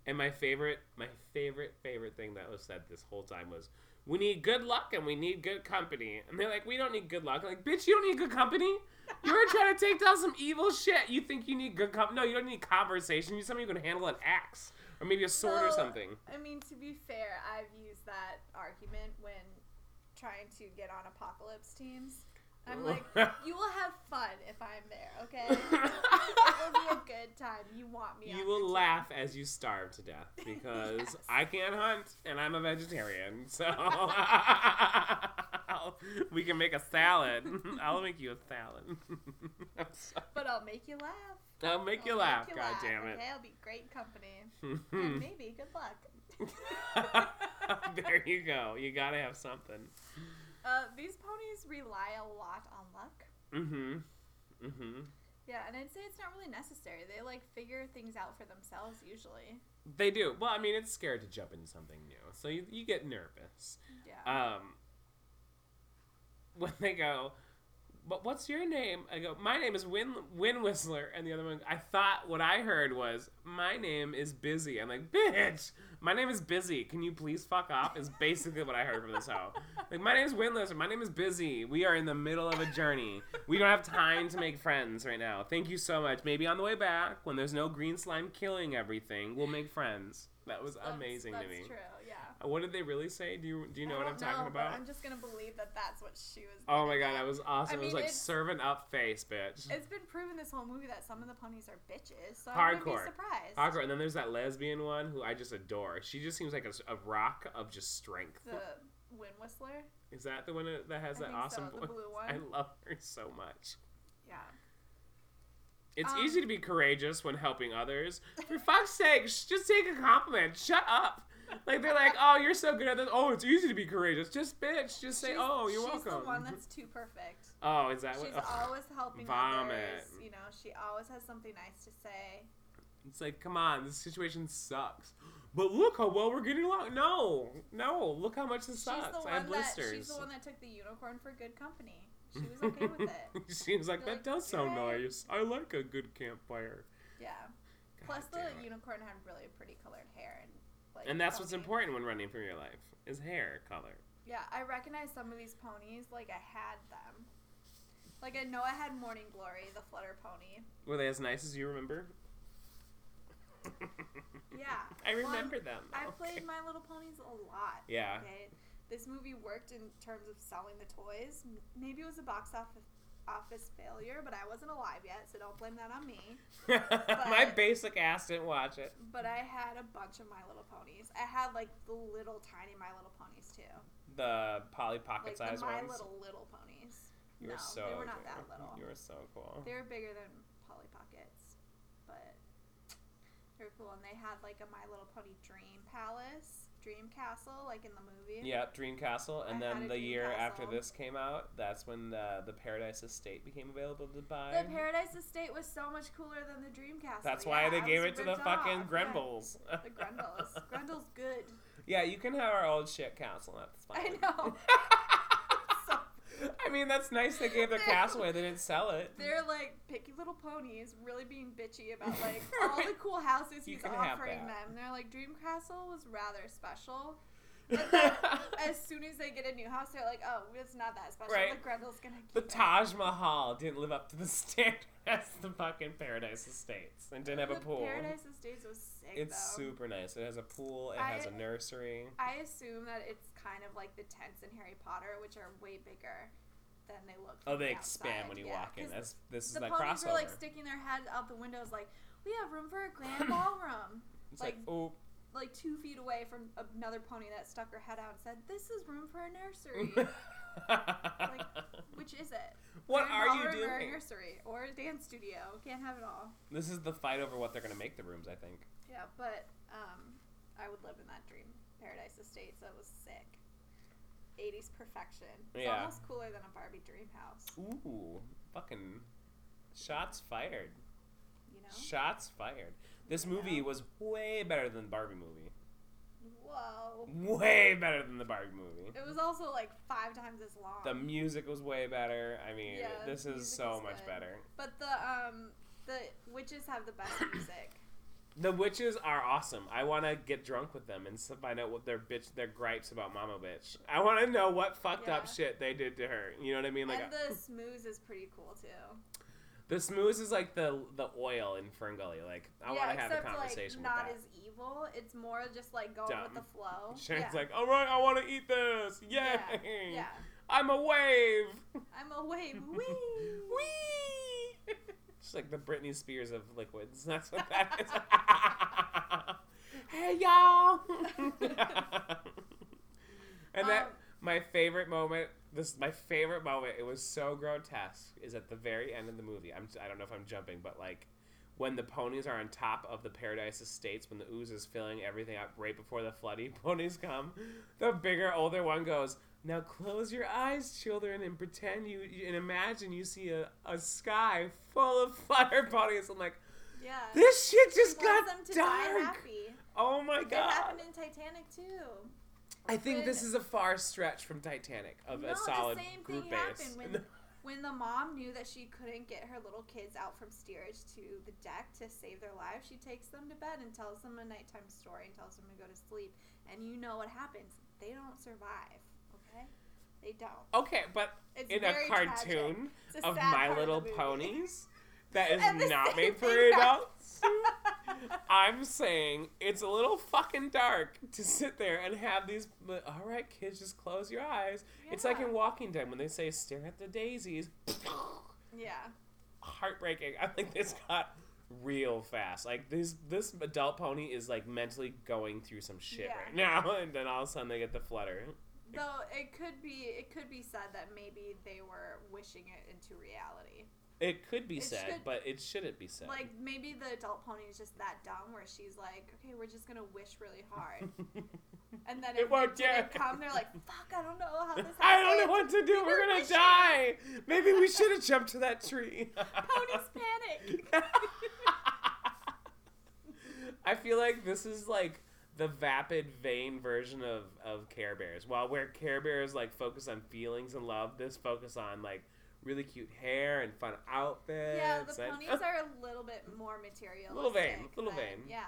S2: And my favorite, my favorite, favorite thing that was said this whole time was, "We need good luck and we need good company." And they're like, "We don't need good luck." I'm like, bitch, you don't need good company. You were trying to take down some evil shit. You think you need good company? No, you don't need conversation. You need something you can handle an axe or maybe a sword or
S1: Well,
S2: something.
S1: I mean, to be fair, I've used that argument when trying to get on apocalypse teams. I'm like, you will have fun if I'm there, okay? It'll be a good time. You want me?
S2: you
S1: on
S2: will
S1: your
S2: laugh as you starve to death because
S1: Yes.
S2: I can't hunt and I'm a vegetarian. So we can make a salad. I'll make you a salad. I'm
S1: team.
S2: sorry.
S1: But I'll make you laugh.
S2: I'll make you
S1: I'll
S2: laugh,
S1: you
S2: God
S1: laugh,
S2: damn it.
S1: Okay, I'll be great company. And
S2: Mhm.
S1: maybe good luck.
S2: there you go. You gotta have something.
S1: Uh, these ponies rely a lot on luck.
S2: Mm-hmm. Mm-hmm.
S1: Yeah, and I'd say it's not really necessary. They like figure things out for themselves usually.
S2: They do. Well, I mean, it's scared to jump into something new, so you, you get nervous.
S1: Yeah.
S2: Um, when they go, but what's your name? I go, my name is Win Win Whistler, and the other one, I thought what I heard was, my name is Busy. I'm like, bitch, my name is Busy. Can you please fuck off? Is basically what I heard from this hoe. Like, my name is Win Whistler. My name is Busy. We are in the middle of a journey. We don't have time to make friends right now. Thank you so much. Maybe on the way back, when there's no green slime killing everything, we'll make friends. That was
S1: That's-
S2: amazing
S1: that's
S2: to me.
S1: true. Yeah.
S2: What did they really say? Do you do you know
S1: I
S2: what I'm
S1: don't
S2: talking
S1: know, but
S2: about?
S1: I'm just gonna believe that that's what she was.
S2: Oh my
S1: thinking
S2: god, that
S1: about.
S2: was awesome.
S1: I
S2: it was
S1: mean,
S2: like
S1: it's-
S2: serving up face, bitch.
S1: It's been proven this whole movie that some of the ponies are bitches, so I wouldn't
S2: Hardcore.
S1: be surprised.
S2: Awkward. And then there's that lesbian one who I just adore. She just seems like a, s- a rock of just strength.
S1: The wind whistler.
S2: Is that the one that- that has
S1: I
S2: that
S1: think
S2: awesome
S1: so, the
S2: voice?
S1: blue
S2: I
S1: one.
S2: love her so much.
S1: Yeah.
S2: It's
S1: Um,
S2: easy to be courageous when helping others. For fuck's sake, sh- just take a compliment. Shut up. Like they're like, oh, you're so good at this. Oh, it's easy to be courageous. Just bitch. Just say,
S1: She's-
S2: oh, you're
S1: She's
S2: welcome.
S1: the one that's too perfect.
S2: oh, is that
S1: She's
S2: what? Ugh.
S1: always helping
S2: Vomit.
S1: others. You know, she always has something nice to say.
S2: It's like, come on, this situation sucks. But look how well we're getting along. No, no, look how much this
S1: She's the
S2: sucks.
S1: one
S2: I have
S1: that
S2: blisters.
S1: she's the one that took the unicorn for good company. She was okay with it.
S2: Seems like
S1: You're
S2: that
S1: like,
S2: does sound
S1: "Yay."
S2: nice. I like a good campfire.
S1: Yeah.
S2: God
S1: Plus, the
S2: damn it.
S1: unicorn had really pretty colored hair and like.
S2: and that's what's
S1: pony.
S2: important when running for your life is hair color.
S1: Yeah, I recognize some of these ponies. Like I had them. Like I know I had Morning Glory, the Flutter pony.
S2: Were they as nice as you remember?
S1: Yeah.
S2: I
S1: Well,
S2: remember them.
S1: I
S2: Okay.
S1: played My Little Ponies a lot.
S2: Yeah.
S1: Okay. This movie worked in terms of selling the toys. M- Maybe it was a box office office failure, but I wasn't alive yet, so don't blame that on me.
S2: My basic ass didn't watch it.
S1: But I had a bunch of My Little Ponies. I had like the little tiny My Little Ponies too.
S2: The
S1: Like
S2: Polly Pocket
S1: the
S2: sized
S1: My
S2: ones.
S1: Little Little Ponies.
S2: you
S1: no,
S2: were so
S1: they were not
S2: cool.
S1: that little.
S2: You were so cool.
S1: They were bigger than Polly Pockets, but they were cool. And they had like a My Little Pony Dream Palace, Dream Castle, like in the movie.
S2: Yeah, Dream Castle, and
S1: I had
S2: then
S1: a
S2: the
S1: Dream
S2: year after
S1: Castle.
S2: this came out, that's when the, the Paradise Estate became available to buy.
S1: The Paradise Estate was so much cooler than the Dream Castle.
S2: that's
S1: Yeah,
S2: why
S1: I
S2: they
S1: was
S2: gave it to the
S1: ripped
S2: fucking
S1: off.
S2: Grenvels.
S1: Yeah. The Grenvels. Grendel's good.
S2: yeah, you can have our old shit castle. That's
S1: I
S2: fine.
S1: know. So-
S2: I mean, that's nice they gave their
S1: They're-
S2: castle away. They didn't sell it.
S1: They're like picky little ponies, really being bitchy about like all the cool houses
S2: You
S1: he's
S2: can have
S1: offering
S2: that.
S1: them. They're like Dream Castle was rather special. But then, as soon as they get a new house, they're like, "Oh, it's not that special."
S2: Right.
S1: The Grendel's gonna
S2: the
S1: keep it."
S2: Taj Mahal didn't live up to the standard as the fucking Paradise Estates and didn't have a
S1: The
S2: pool.
S1: Paradise Estates was sick.
S2: It's
S1: though.
S2: super nice. It has a pool. It
S1: I-
S2: has a nursery.
S1: I assume that it's kind of like the tents in Harry Potter, which are way bigger than they look.
S2: Oh,
S1: from
S2: they
S1: the
S2: expand
S1: outside.
S2: when you
S1: Yeah,
S2: walk in.
S1: 'cause
S2: That's this is
S1: the
S2: that
S1: ponies
S2: crossover.
S1: were like sticking their heads out the windows, like, "We have room for a grand ballroom."
S2: it's like,
S1: like-
S2: oh,
S1: like two feet away from another pony that stuck her head out and said, "This is room for a nursery." Which is it?
S2: what
S1: Grand
S2: are you
S1: ballroom Or a
S2: doing?
S1: nursery or a dance studio? Can't have it all.
S2: This is the fight over what they're gonna make the rooms. I think.
S1: Yeah, but um, I would live in that dream paradise estate. So it was sick. 80s perfection. It's
S2: Yeah.
S1: almost cooler than a Barbie dream house.
S2: Ooh, fucking shots fired.
S1: You know?
S2: Shots fired. This movie
S1: Yeah.
S2: was way better than the Barbie movie.
S1: Whoa.
S2: Way better than the Barbie movie.
S1: It was also like five times as long.
S2: The music was way better. I mean,
S1: Yeah,
S2: this
S1: the
S2: is
S1: music
S2: so
S1: is
S2: much
S1: good.
S2: better.
S1: but the um, the witches have the best music.
S2: The witches are awesome. I want to get drunk with them and s- find out what their bitch, their gripes about Mama Bitch. I want to know what fucked
S1: Yeah.
S2: up shit they did to her. You know what I mean? Like uh,
S1: and the smooze is pretty cool too.
S2: the smooze is like the the oil in Ferngully. Like I want to have a
S1: except,
S2: conversation
S1: like, not
S2: with that.
S1: as evil. It's more just like going
S2: Dumb.
S1: with the flow.
S2: Shane's
S1: yeah.
S2: like, all right, I want to eat this. Yay!
S1: Yeah, yeah.
S2: I'm a wave.
S1: I'm a wave. Wee.
S2: Wee. She's like the Britney Spears of liquids. That's what that is. hey y'all. and that
S1: Um,
S2: my favorite moment. This my favorite moment. It was so grotesque. Is at the very end of the movie. I'm. I don't know if I'm jumping, but like. When the ponies are on top of the Paradise Estates, when the ooze is filling everything up right before the floody ponies come, the bigger, older one goes, Now close your eyes, children, and pretend you, and imagine you see a, a sky full of flutter ponies. I'm like,
S1: yeah.
S2: This shit just
S1: She wants
S2: got
S1: them to die
S2: dark.
S1: happy.
S2: Oh my
S1: It
S2: god.
S1: happened in Titanic too.
S2: I think
S1: when-
S2: this is a far stretch from Titanic of
S1: no,
S2: a solid
S1: the same
S2: group
S1: thing
S2: base.
S1: happened when when the mom knew that she couldn't get her little kids out from steerage to the deck to save their lives. She takes them to bed and tells them a nighttime story and tells them to go to sleep. And you know what happens? They don't survive. Okay, they don't.
S2: okay, but
S1: It's
S2: in a
S1: very tragic.
S2: cartoon
S1: It's a
S2: of
S1: sad
S2: My
S1: part of
S2: Little
S1: the movie.
S2: Ponies that is
S1: And the
S2: not
S1: same
S2: made for
S1: thing
S2: adults. I'm saying it's a little fucking dark to sit there and have these. All right, kids, just close your eyes. It's like
S1: Yeah.
S2: in Walking Dead when they say "stare at the daisies."
S1: yeah.
S2: Heartbreaking. I think this got real fast. Like this, this adult pony is like mentally going through some shit
S1: Yeah.
S2: right now, and then all of a sudden they get the flutter.
S1: Though it could be, it could be said that maybe they were wishing it into reality.
S2: It could be
S1: It
S2: said,
S1: should-
S2: but it shouldn't be said.
S1: Like maybe the adult pony is just that dumb, where she's like, "Okay, we're just gonna wish really hard," and then
S2: It
S1: if
S2: won't
S1: it didn't
S2: get-
S1: come, they're like, "Fuck, I don't know how this happened."
S2: I don't know what to do.
S1: were
S2: We're gonna
S1: wishing.
S2: die. Maybe we should have jumped to that tree.
S1: Ponies panic.
S2: I feel like this is like the vapid, vain version of of Care Bears. While where Care Bears like focus on feelings and love, this focus on like really cute hair and fun outfits.
S1: Yeah, the
S2: and-
S1: ponies are a little bit more materialistic.
S2: Little vain, little
S1: than-
S2: vain.
S1: Yeah.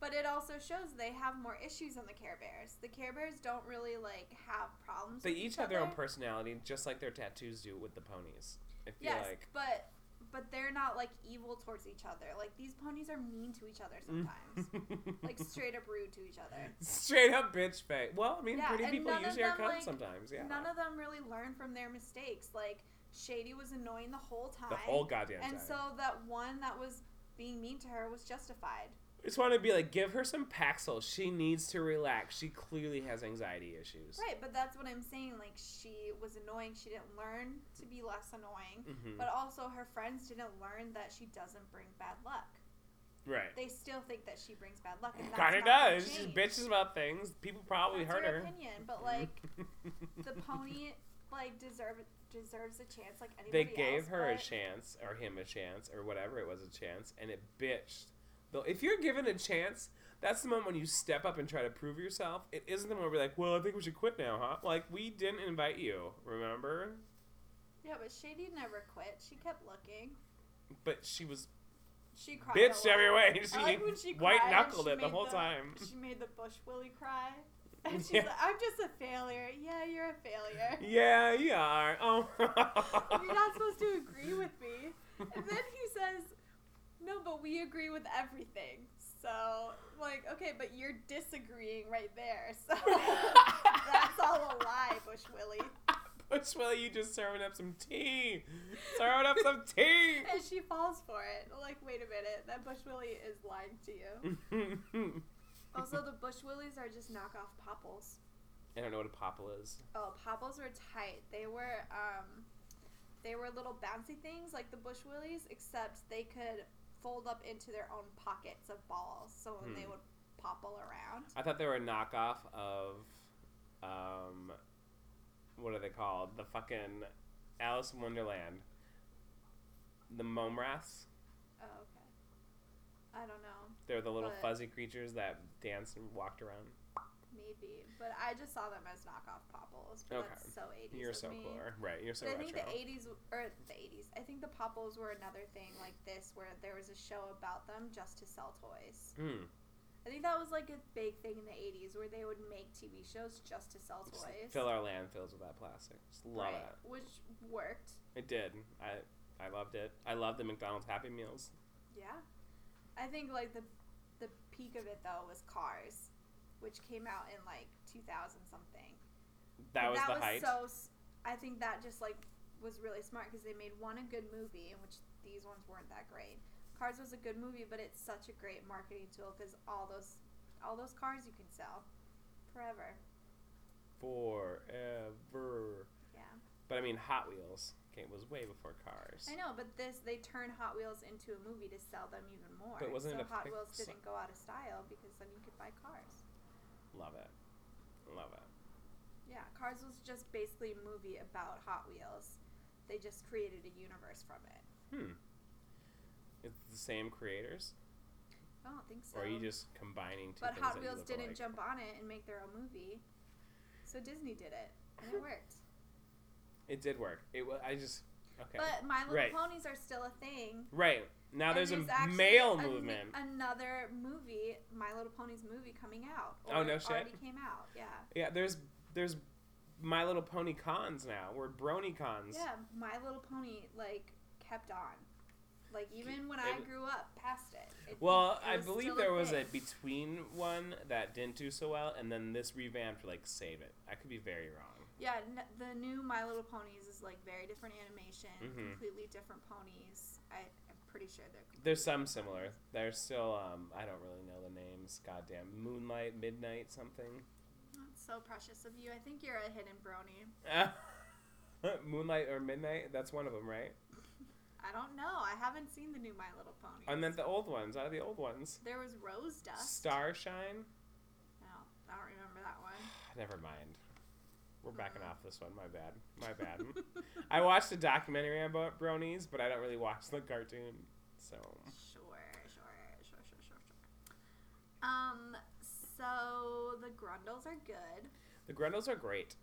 S1: But it also shows they have more issues than the Care Bears. The Care Bears don't really like have problems.
S2: They
S1: with
S2: each
S1: each
S2: have their own
S1: other.
S2: personality, just like their tattoos do with the ponies. I feel
S1: Yes,
S2: like
S1: but but they're not like evil towards each other. Like these ponies are mean to each other
S2: Mm.
S1: sometimes. like straight up rude to each other.
S2: straight up bitch face. Well, I mean,
S1: Yeah,
S2: pretty
S1: and
S2: people
S1: none of
S2: usually are
S1: them,
S2: cunts
S1: like,
S2: sometimes. Yeah,
S1: None of them really learn from their mistakes. Like Shady was annoying the whole time.
S2: the whole goddamn
S1: and
S2: time.
S1: so that one that was being mean to her was justified.
S2: I just want to be like, give her some Paxil. She needs to relax. She clearly has anxiety issues.
S1: Right, but that's what I'm saying. Like she was annoying. She didn't learn to be less annoying.
S2: hmm
S1: But also her friends didn't learn that she doesn't bring bad luck.
S2: Right.
S1: They still think that she brings bad luck. and that's
S2: Kind of
S1: not gonna
S2: does. She
S1: change.
S2: bitches about things. People probably
S1: That's
S2: hurt
S1: your
S2: her. Mm-hmm.
S1: opinion, but like the pony, like deserve deserves a chance like
S2: they
S1: anybody
S2: gave
S1: else,
S2: her a
S1: but-
S2: chance or him a chance or whatever it was a chance and it bitched though if you're given a chance that's the moment when you step up and try to prove yourself it isn't the moment where you're like well i think we should quit now huh like we didn't invite you remember
S1: Yeah, but Shady never quit. She kept looking.
S2: but she was
S1: She cried. a
S2: bitched
S1: lot.
S2: every way
S1: I
S2: she,
S1: like when she cried
S2: white
S1: and
S2: knuckled
S1: she
S2: it the
S1: made
S2: whole
S1: the-
S2: time
S1: She made the bush willy cry. And she's
S2: Yeah.
S1: like, I'm just a failure. Yeah, you're a failure.
S2: yeah you are oh
S1: You're not supposed to agree with me. And then he says, No, but we agree with everything. So, like, okay, but you're disagreeing right there. So, that's all a lie, Bush Willie.
S2: Bush Willie, you just serving up some tea serving up some tea
S1: And she falls for it. Like, wait a minute, that Bush Willie is lying to you. Also, the Bush Willies are just knockoff Popples.
S2: i don't know what a popple is
S1: Oh, Popples were tight. They were, um, they were little bouncy things like the Bush Willies, except they could fold up into their own pockets of balls. So when they
S2: Hmm.
S1: would popple around.
S2: I thought they were a knockoff of, um, what are they called? The fucking Alice in Wonderland. The Mome Rats.
S1: Oh, okay. I don't know.
S2: They're the little
S1: But-
S2: fuzzy creatures that danced and walked around.
S1: Maybe. But I just saw them as knockoff Popples. But
S2: Okay.
S1: That's so 80s.
S2: You're
S1: of
S2: so
S1: me.
S2: cool. Right, you're so
S1: But I
S2: retro.
S1: think the 80s, w- or the 80s, I think the Popples were another thing like this where there was a show about them just to sell toys.
S2: Hmm.
S1: I think that was like a big thing in the 80s where they would make TV shows just to sell
S2: Just
S1: toys.
S2: fill our landfills with that plastic. Just love
S1: Right, Which worked.
S2: it. It did. I I loved it. I loved the McDonald's Happy Meals.
S1: Yeah. I think like the the peak of it though was Cars, which came out in like 2000 something.
S2: That
S1: But
S2: was the height.
S1: So s- I think that just like was really smart because they made one a good movie, in which these ones weren't that great. Cars was a good movie, but it's such a great marketing tool because all those all those cars you can sell forever.
S2: Forever.
S1: Yeah,
S2: But I mean, Hot Wheels came was way before cars.
S1: I know, but this they turned Hot Wheels into a movie to sell them even more.
S2: But
S1: so
S2: wasn't it a
S1: Hot
S2: pic-
S1: Wheels
S2: so-
S1: didn't go out of style because then you could buy cars.
S2: Love it. Love it.
S1: Yeah, Cars was just basically a movie about Hot Wheels. They just created a universe from it.
S2: Hmm. It's the same creators,
S1: I don't think so.
S2: or are you just combining two?
S1: But
S2: things
S1: Hot
S2: that you
S1: Wheels
S2: look
S1: didn't
S2: alike?
S1: jump on it and make their own movie. So Disney did it, and it worked.
S2: It did work. It was. I just. Okay.
S1: But My Little
S2: Right.
S1: Ponies are still a thing.
S2: right now,
S1: and
S2: there's, a
S1: actually
S2: male
S1: an-
S2: movement.
S1: Another movie, My Little Ponies movie coming out.
S2: Oh, no
S1: it
S2: shit.
S1: Already came out. Yeah.
S2: yeah, there's there's My Little Pony cons now. We're brony cons.
S1: Yeah. My Little Pony like kept on. Like even when
S2: It
S1: I
S2: w-
S1: grew up, past it. It-
S2: Well,
S1: it
S2: I
S1: was
S2: believe
S1: still
S2: there was a
S1: thing.
S2: between one that didn't do so well, and then this revamped like save it. I could be very wrong.
S1: Yeah, n- the new My Little Ponies is like very different animation,
S2: Mhm.
S1: completely different ponies. I, I'm pretty sure they're.
S2: There's
S1: completely
S2: some
S1: different
S2: similar.
S1: ponies.
S2: There's still um I don't really know the names. Goddamn, Moonlight, Midnight, something.
S1: That's so precious of you. I think you're a hidden brony.
S2: Moonlight or Midnight, that's one of them, right?
S1: I don't know. I haven't seen the new My Little Pony.
S2: And then the old ones, out of the old ones.
S1: there was Rose Dust.
S2: Starshine?
S1: No, I don't remember that one.
S2: Never mind. We're backing
S1: Uh-uh.
S2: off this one. My bad. My bad. I watched a documentary about bronies, but I don't really watch the cartoon. So,
S1: sure, sure, sure, sure, sure, sure. Um, so the Grundles are good.
S2: the Grundles are great.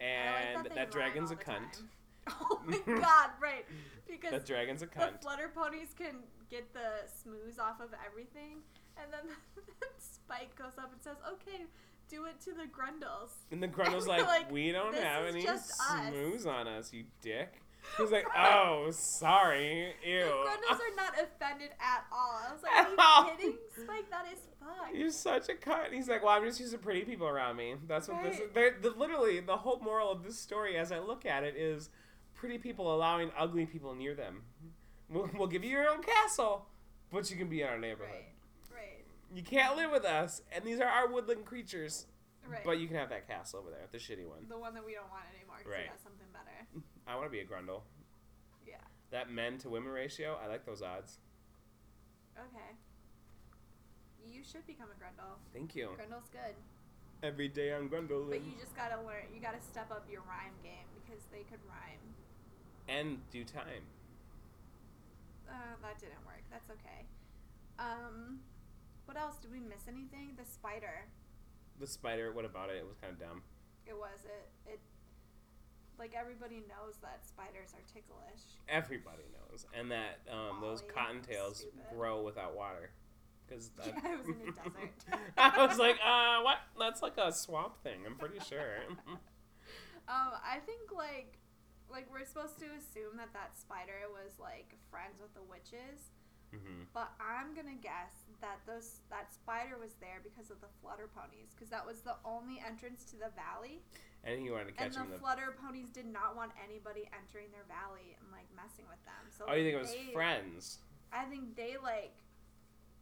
S1: I
S2: And
S1: like that, they
S2: that dragon's a
S1: rhyme all
S2: cunt.
S1: the time. Oh my god! Right, because
S2: That dragon's a
S1: the
S2: cunt.
S1: flutter ponies can get the smooze off of everything and then spike goes up and says okay do it to the grundles
S2: And the Grundle's
S1: They're
S2: like,
S1: like,
S2: we don't
S1: "This
S2: have
S1: is
S2: any
S1: just us."
S2: smooze on us, you dick. He's like, oh, sorry. Ew.
S1: the grundles are not offended at all i was like
S2: At all.
S1: are you kidding spike that is fuck
S2: You're such a cunt. He's like, well, I'm just used to pretty people around me. That's what this is.
S1: Right.
S2: They're, the, literally, the whole moral of this story, as I look at it, is pretty people allowing ugly people near them. We'll, we'll give you your own castle, but you can be in our neighborhood.
S1: right right
S2: You can't live with us, and these are our woodland creatures,
S1: right
S2: but you can have that castle over there, the shitty one.
S1: the one that we don't want anymore because
S2: Right.
S1: we got something better
S2: I want to be a grundle.
S1: yeah
S2: That men to women ratio, I like those odds.
S1: okay you should become a Grendel.
S2: Thank you.
S1: Grendel's good,
S2: Every day on Grundle.
S1: but you just gotta learn. You gotta step up your rhyme game because they could rhyme.
S2: and do time.
S1: Uh, that didn't work. That's okay. Um, what else? Did we miss anything? The spider.
S2: The spider. What about it? It was kind of dumb.
S1: It was it. It. Like everybody knows that spiders are ticklish.
S2: Everybody knows, and that um, those
S1: Molly,
S2: cottontails
S1: stupid.
S2: grow without water. Because
S1: Yeah, it was in a desert.
S2: I was like, uh, what? That's like a swamp thing. I'm pretty sure. Mm-hmm.
S1: Um, I think like like we're supposed to assume that that spider was like friends with the witches,
S2: hmm
S1: but I'm gonna guess that those that spider was there because of the flutter ponies, because that was the only entrance to the valley,
S2: And he wanted to catch
S1: and the
S2: him. in the-
S1: flutter ponies did not want anybody entering their valley and like messing with them. So
S2: oh, you think it was
S1: they-
S2: friends?
S1: I think they like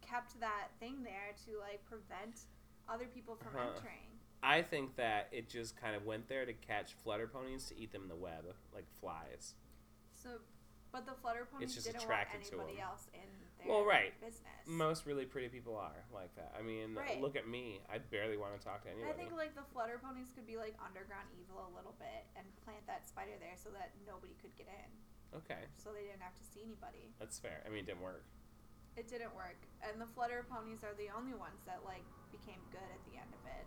S1: kept that thing there to like prevent other people from
S2: Uh-huh.
S1: entering.
S2: I think that it just kind of went there to catch flutter ponies to eat them in the web, like flies.
S1: So, but the flutter ponies
S2: just
S1: didn't want
S2: attracted to
S1: anybody
S2: 'em.
S1: else in their
S2: Well, right.
S1: business.
S2: Most really pretty people are like that. I mean,
S1: Right.
S2: look at me. I barely want to talk to anybody.
S1: I think like the flutter ponies could be like underground evil a little bit and plant that spider there so that nobody could get in,
S2: okay,
S1: so they didn't have to see anybody.
S2: that's fair. I mean, it didn't work.
S1: It didn't work, and the flutter ponies are the only ones that like became good at the end of it.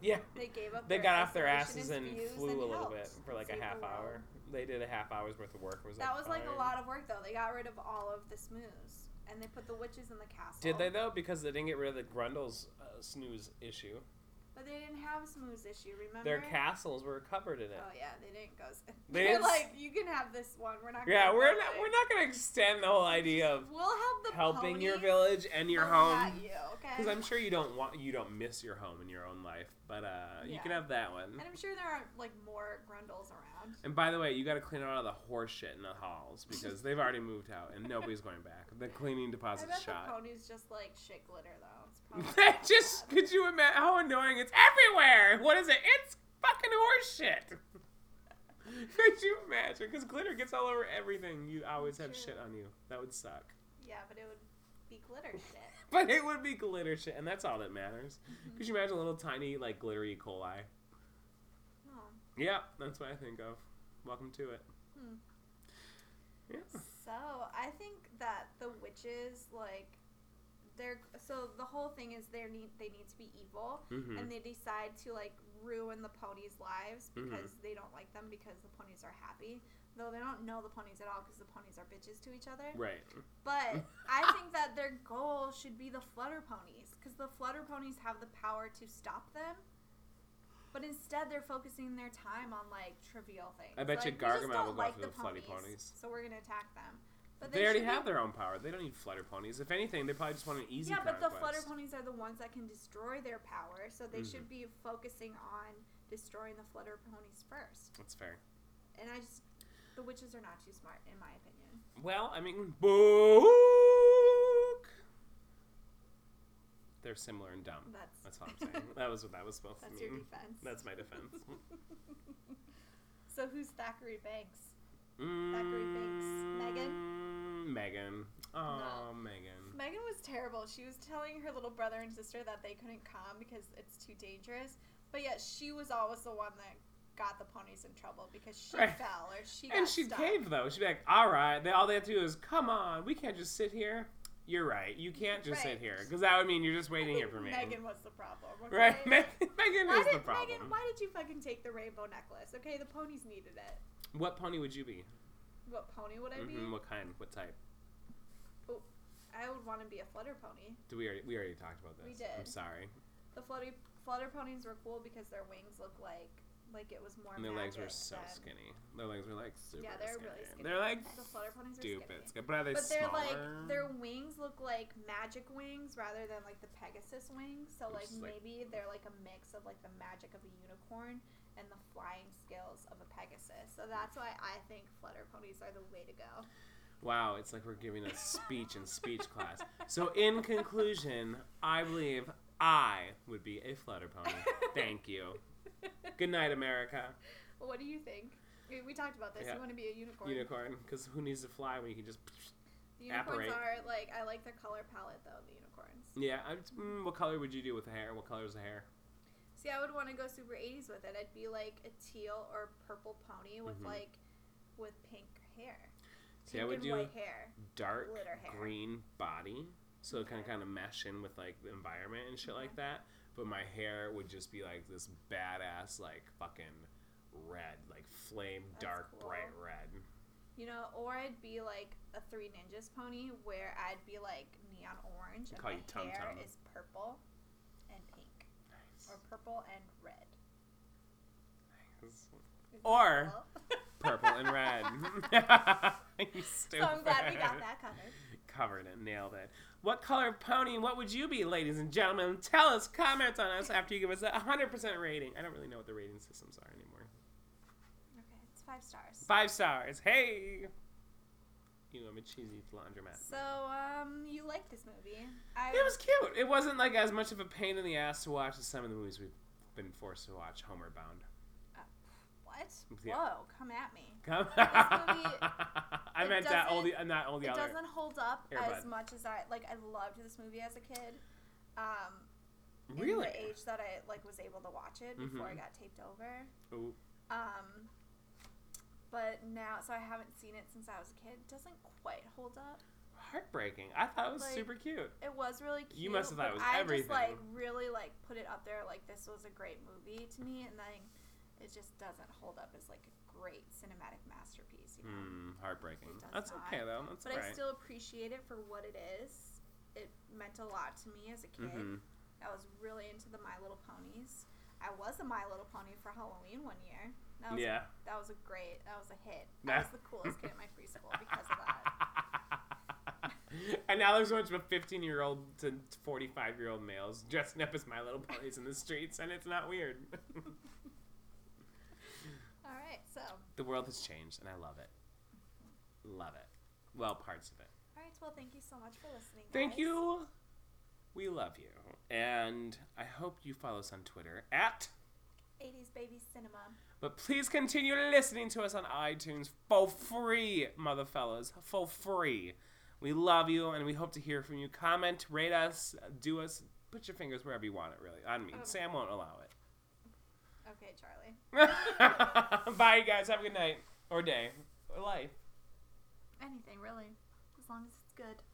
S2: Yeah.
S1: They gave up.
S2: They got off their asses
S1: isolation
S2: and
S1: views
S2: flew
S1: and
S2: a little
S1: helped
S2: bit for like a
S1: save the
S2: half
S1: world.
S2: hour. They did a half hour's worth of work. It Was
S1: That was like a
S2: fine.
S1: lot of work though. They got rid of all of the smoos and they put the witches in the castle.
S2: Did they though? Because they didn't get rid of the Grundle's uh, snooze issue.
S1: But they didn't have smoos issue. Remember?
S2: Their castles were covered in it.
S1: Oh yeah, they didn't go. s-
S2: They
S1: They're
S2: didn't s-
S1: like, you can have this one. We're not.
S2: yeah,
S1: gonna
S2: we're
S1: go
S2: not
S1: there."
S2: we're not gonna extend the whole idea of
S1: We'll have the
S2: helping your
S1: ponies, Oh,
S2: village and your
S1: but
S2: home.
S1: Not you, okay?
S2: Because I'm sure you don't want you don't miss your home in your own life, but uh, you can
S1: Yeah.
S2: have that one.
S1: and I'm sure there aren't like more Grundles around.
S2: And by the way, you got to clean out all the horse shit in the halls because they've already moved out and nobody's going back. The cleaning
S1: I
S2: deposit
S1: bet the
S2: shot.
S1: ponies just like shit glitter though. It's probably
S2: That
S1: not
S2: just
S1: bad.
S2: could you imagine how annoying it's everywhere? What is it? It's fucking horse shit. could you imagine? Because glitter gets all over everything. You always have
S1: True.
S2: shit on you. That would suck.
S1: Yeah, but it would be glitter shit.
S2: But it would be glitter shit, and that's all that matters. Could you imagine a little tiny like glittery E. coli?
S1: No.
S2: Yeah, that's what I think of. Welcome to it.
S1: Hmm.
S2: Yeah.
S1: So I think that the witches like they're so the whole thing is they need they need to be evil
S2: hmm
S1: and they decide to like ruin the ponies' lives
S2: Mhm.
S1: because they don't like them because the ponies are happy. Though they don't know the ponies at all because the ponies are bitches to each other.
S2: Right.
S1: But I think that their goal should be the flutter ponies because the flutter ponies have the power to stop them. But instead, they're focusing their time on like trivial things.
S2: I bet
S1: like, "We
S2: you
S1: just
S2: Gargamel
S1: don't
S2: will go
S1: like
S2: after the flutty ponies.
S1: so we're gonna attack them. But
S2: they already
S1: should be-
S2: have their own power. They don't need flutter ponies. If anything, they probably just want an easy
S1: yeah, but the flutter
S2: conquest.
S1: ponies are the ones that can destroy their power, so they
S2: Mhm.
S1: should be focusing on destroying the flutter ponies first.
S2: That's fair.
S1: And I just, the witches are not too smart, in my opinion.
S2: Well, I mean, book. They're similar and dumb.
S1: That's
S2: That's all I'm saying. that was what that was supposed
S1: that's
S2: to mean.
S1: your defense.
S2: That's my defense.
S1: so who's Thackeray Banks?
S2: Thackeray
S1: Banks. Megan?
S2: Mm, Megan. Oh, Megan.
S1: Megan was terrible. She was telling her little brother and sister that they couldn't come because it's too dangerous. But yet she was always the one that got the ponies in trouble because she
S2: Right.
S1: fell or she got
S2: And she
S1: stuck.
S2: caved though. She'd be like, "All right." They, all they have to do is, "Come on, we can't just sit here." You're right. You can't just
S1: Right.
S2: sit here because that would mean you're just
S1: I
S2: waiting here
S1: think
S2: for me.
S1: Megan was the problem. okay?
S2: Right? Megan, Megan
S1: Why
S2: is the
S1: did
S2: problem.
S1: Megan? Why did you fucking take the rainbow necklace? Okay, the ponies needed it.
S2: What pony would you be?
S1: What pony would I be?
S2: hmm What kind? What type?
S1: I would want to be a flutter pony.
S2: Do we already we already talked about this?
S1: We did.
S2: I'm sorry.
S1: The flutter flutter ponies were cool because their wings looked like like it was more.
S2: And their legs were
S1: magic
S2: so
S1: than-
S2: skinny. Their legs were like super
S1: Yeah, they're
S2: skinny.
S1: really skinny.
S2: They're like
S1: the flutter ponies
S2: stupid
S1: are skinny.
S2: skinny. But are they
S1: But they're
S2: smaller?
S1: like their wings look like magic wings rather than like the Pegasus wings. So
S2: Which
S1: like
S2: is, like-
S1: maybe they're like a mix of like the magic of a unicorn and the flying skills of a Pegasus. So that's why I think flutter ponies are the way to go.
S2: Wow, it's like we're giving a speech in speech class. So in conclusion, I believe I would be a flutter pony. Thank you. Good night, America.
S1: Well, what do you think? We, we talked about this.
S2: Yeah.
S1: You want to be a unicorn.
S2: Unicorn, because who needs to fly when you can just
S1: The unicorns
S2: Apparate.
S1: are like I like their color palette though. The unicorns.
S2: Yeah. I, mm, what color would you do with the hair? What color is the hair?
S1: See, I would want to go super 80s with it. I'd be like a teal or purple pony with
S2: Mhm.
S1: like with pink hair.
S2: See,
S1: Pink
S2: I would
S1: and
S2: do
S1: white hair.
S2: dark
S1: glitter hair.
S2: green body, so it kind of kind of mesh in with like the environment and shit
S1: Mm-hmm.
S2: like that. But my hair would just be like this badass, like fucking red, like flame
S1: That's
S2: dark
S1: cool.
S2: bright red.
S1: You know, or I'd be like a Three Ninjas pony where I'd be like neon orange and
S2: Call
S1: my
S2: you Tum
S1: hair
S2: Tum.
S1: is purple and pink or
S2: Nice.
S1: purple and red.
S2: Nice.
S1: Is that
S2: Or-
S1: cool?
S2: Purple and red. you
S1: so
S2: stupid.
S1: I'm glad we got that covered.
S2: Covered it, nailed it. What color pony? What would you be, ladies and gentlemen? Tell us, comment on us after you give us a hundred percent rating. I don't really know what the rating systems are anymore.
S1: Okay, it's five stars.
S2: Five stars. Hey. You, I'm a cheesy laundromat.
S1: So, um, you like this movie? I
S2: It was cute. It wasn't like as much of a pain in the ass to watch as some of the movies we've been forced to watch. Homeward Bound.
S1: what?
S2: Yeah.
S1: Whoa, come at me.
S2: Come.
S1: movie-
S2: I
S1: it
S2: meant that
S1: doesn't-
S2: old, not old
S1: it
S2: other.
S1: doesn't hold up
S2: Airbud.
S1: as much as I like. I loved this movie as a kid. Um, in
S2: Really? Mm-hmm.
S1: the age that I like was able to watch it before I got taped over.
S2: Ooh,
S1: Um, but now, so I haven't seen it since I was a kid. It doesn't quite hold up.
S2: heartbreaking. I thought it was
S1: Like,
S2: super cute.
S1: It was really cute.
S2: You must have thought
S1: but
S2: it was
S1: I just
S2: everything.
S1: like really like put it up there. Like this was a great movie to me, and then it just doesn't hold up as like a great cinematic masterpiece. You know.
S2: Mm, heartbreaking.
S1: It does
S2: That's
S1: not.
S2: okay though. That's
S1: But
S2: all right.
S1: I still appreciate it for what it is. It meant a lot to me as a kid.
S2: Mhm.
S1: I was really into the My Little Ponies. I was a My Little Pony for Halloween one year. That was,
S2: Yeah.
S1: That was a great. That was a hit.
S2: Nah.
S1: I was the coolest kid at my preschool because of that.
S2: and now there's a bunch of 15 year old to 45 year old males dressing up as My Little Ponies in the streets, and it's not weird.
S1: All right, so all
S2: the world has changed, and I love it. Love it. Well, parts of it.
S1: right, well, thank you so much for listening.
S2: Thank
S1: guys.
S2: you. We love you. And I hope you follow us on Twitter at.
S1: 80s baby cinema.
S2: But please continue listening to us on iTunes for free, mother fellas, for free. We love you and we hope to hear from you. Comment, rate us, do us, put your fingers wherever you want it, really. On me.
S1: Oh.
S2: Sam won't allow
S1: Okay, Charlie.
S2: it. Bye, you guys. Have a good night, or day, or life.
S1: Anything really, as long as it's good.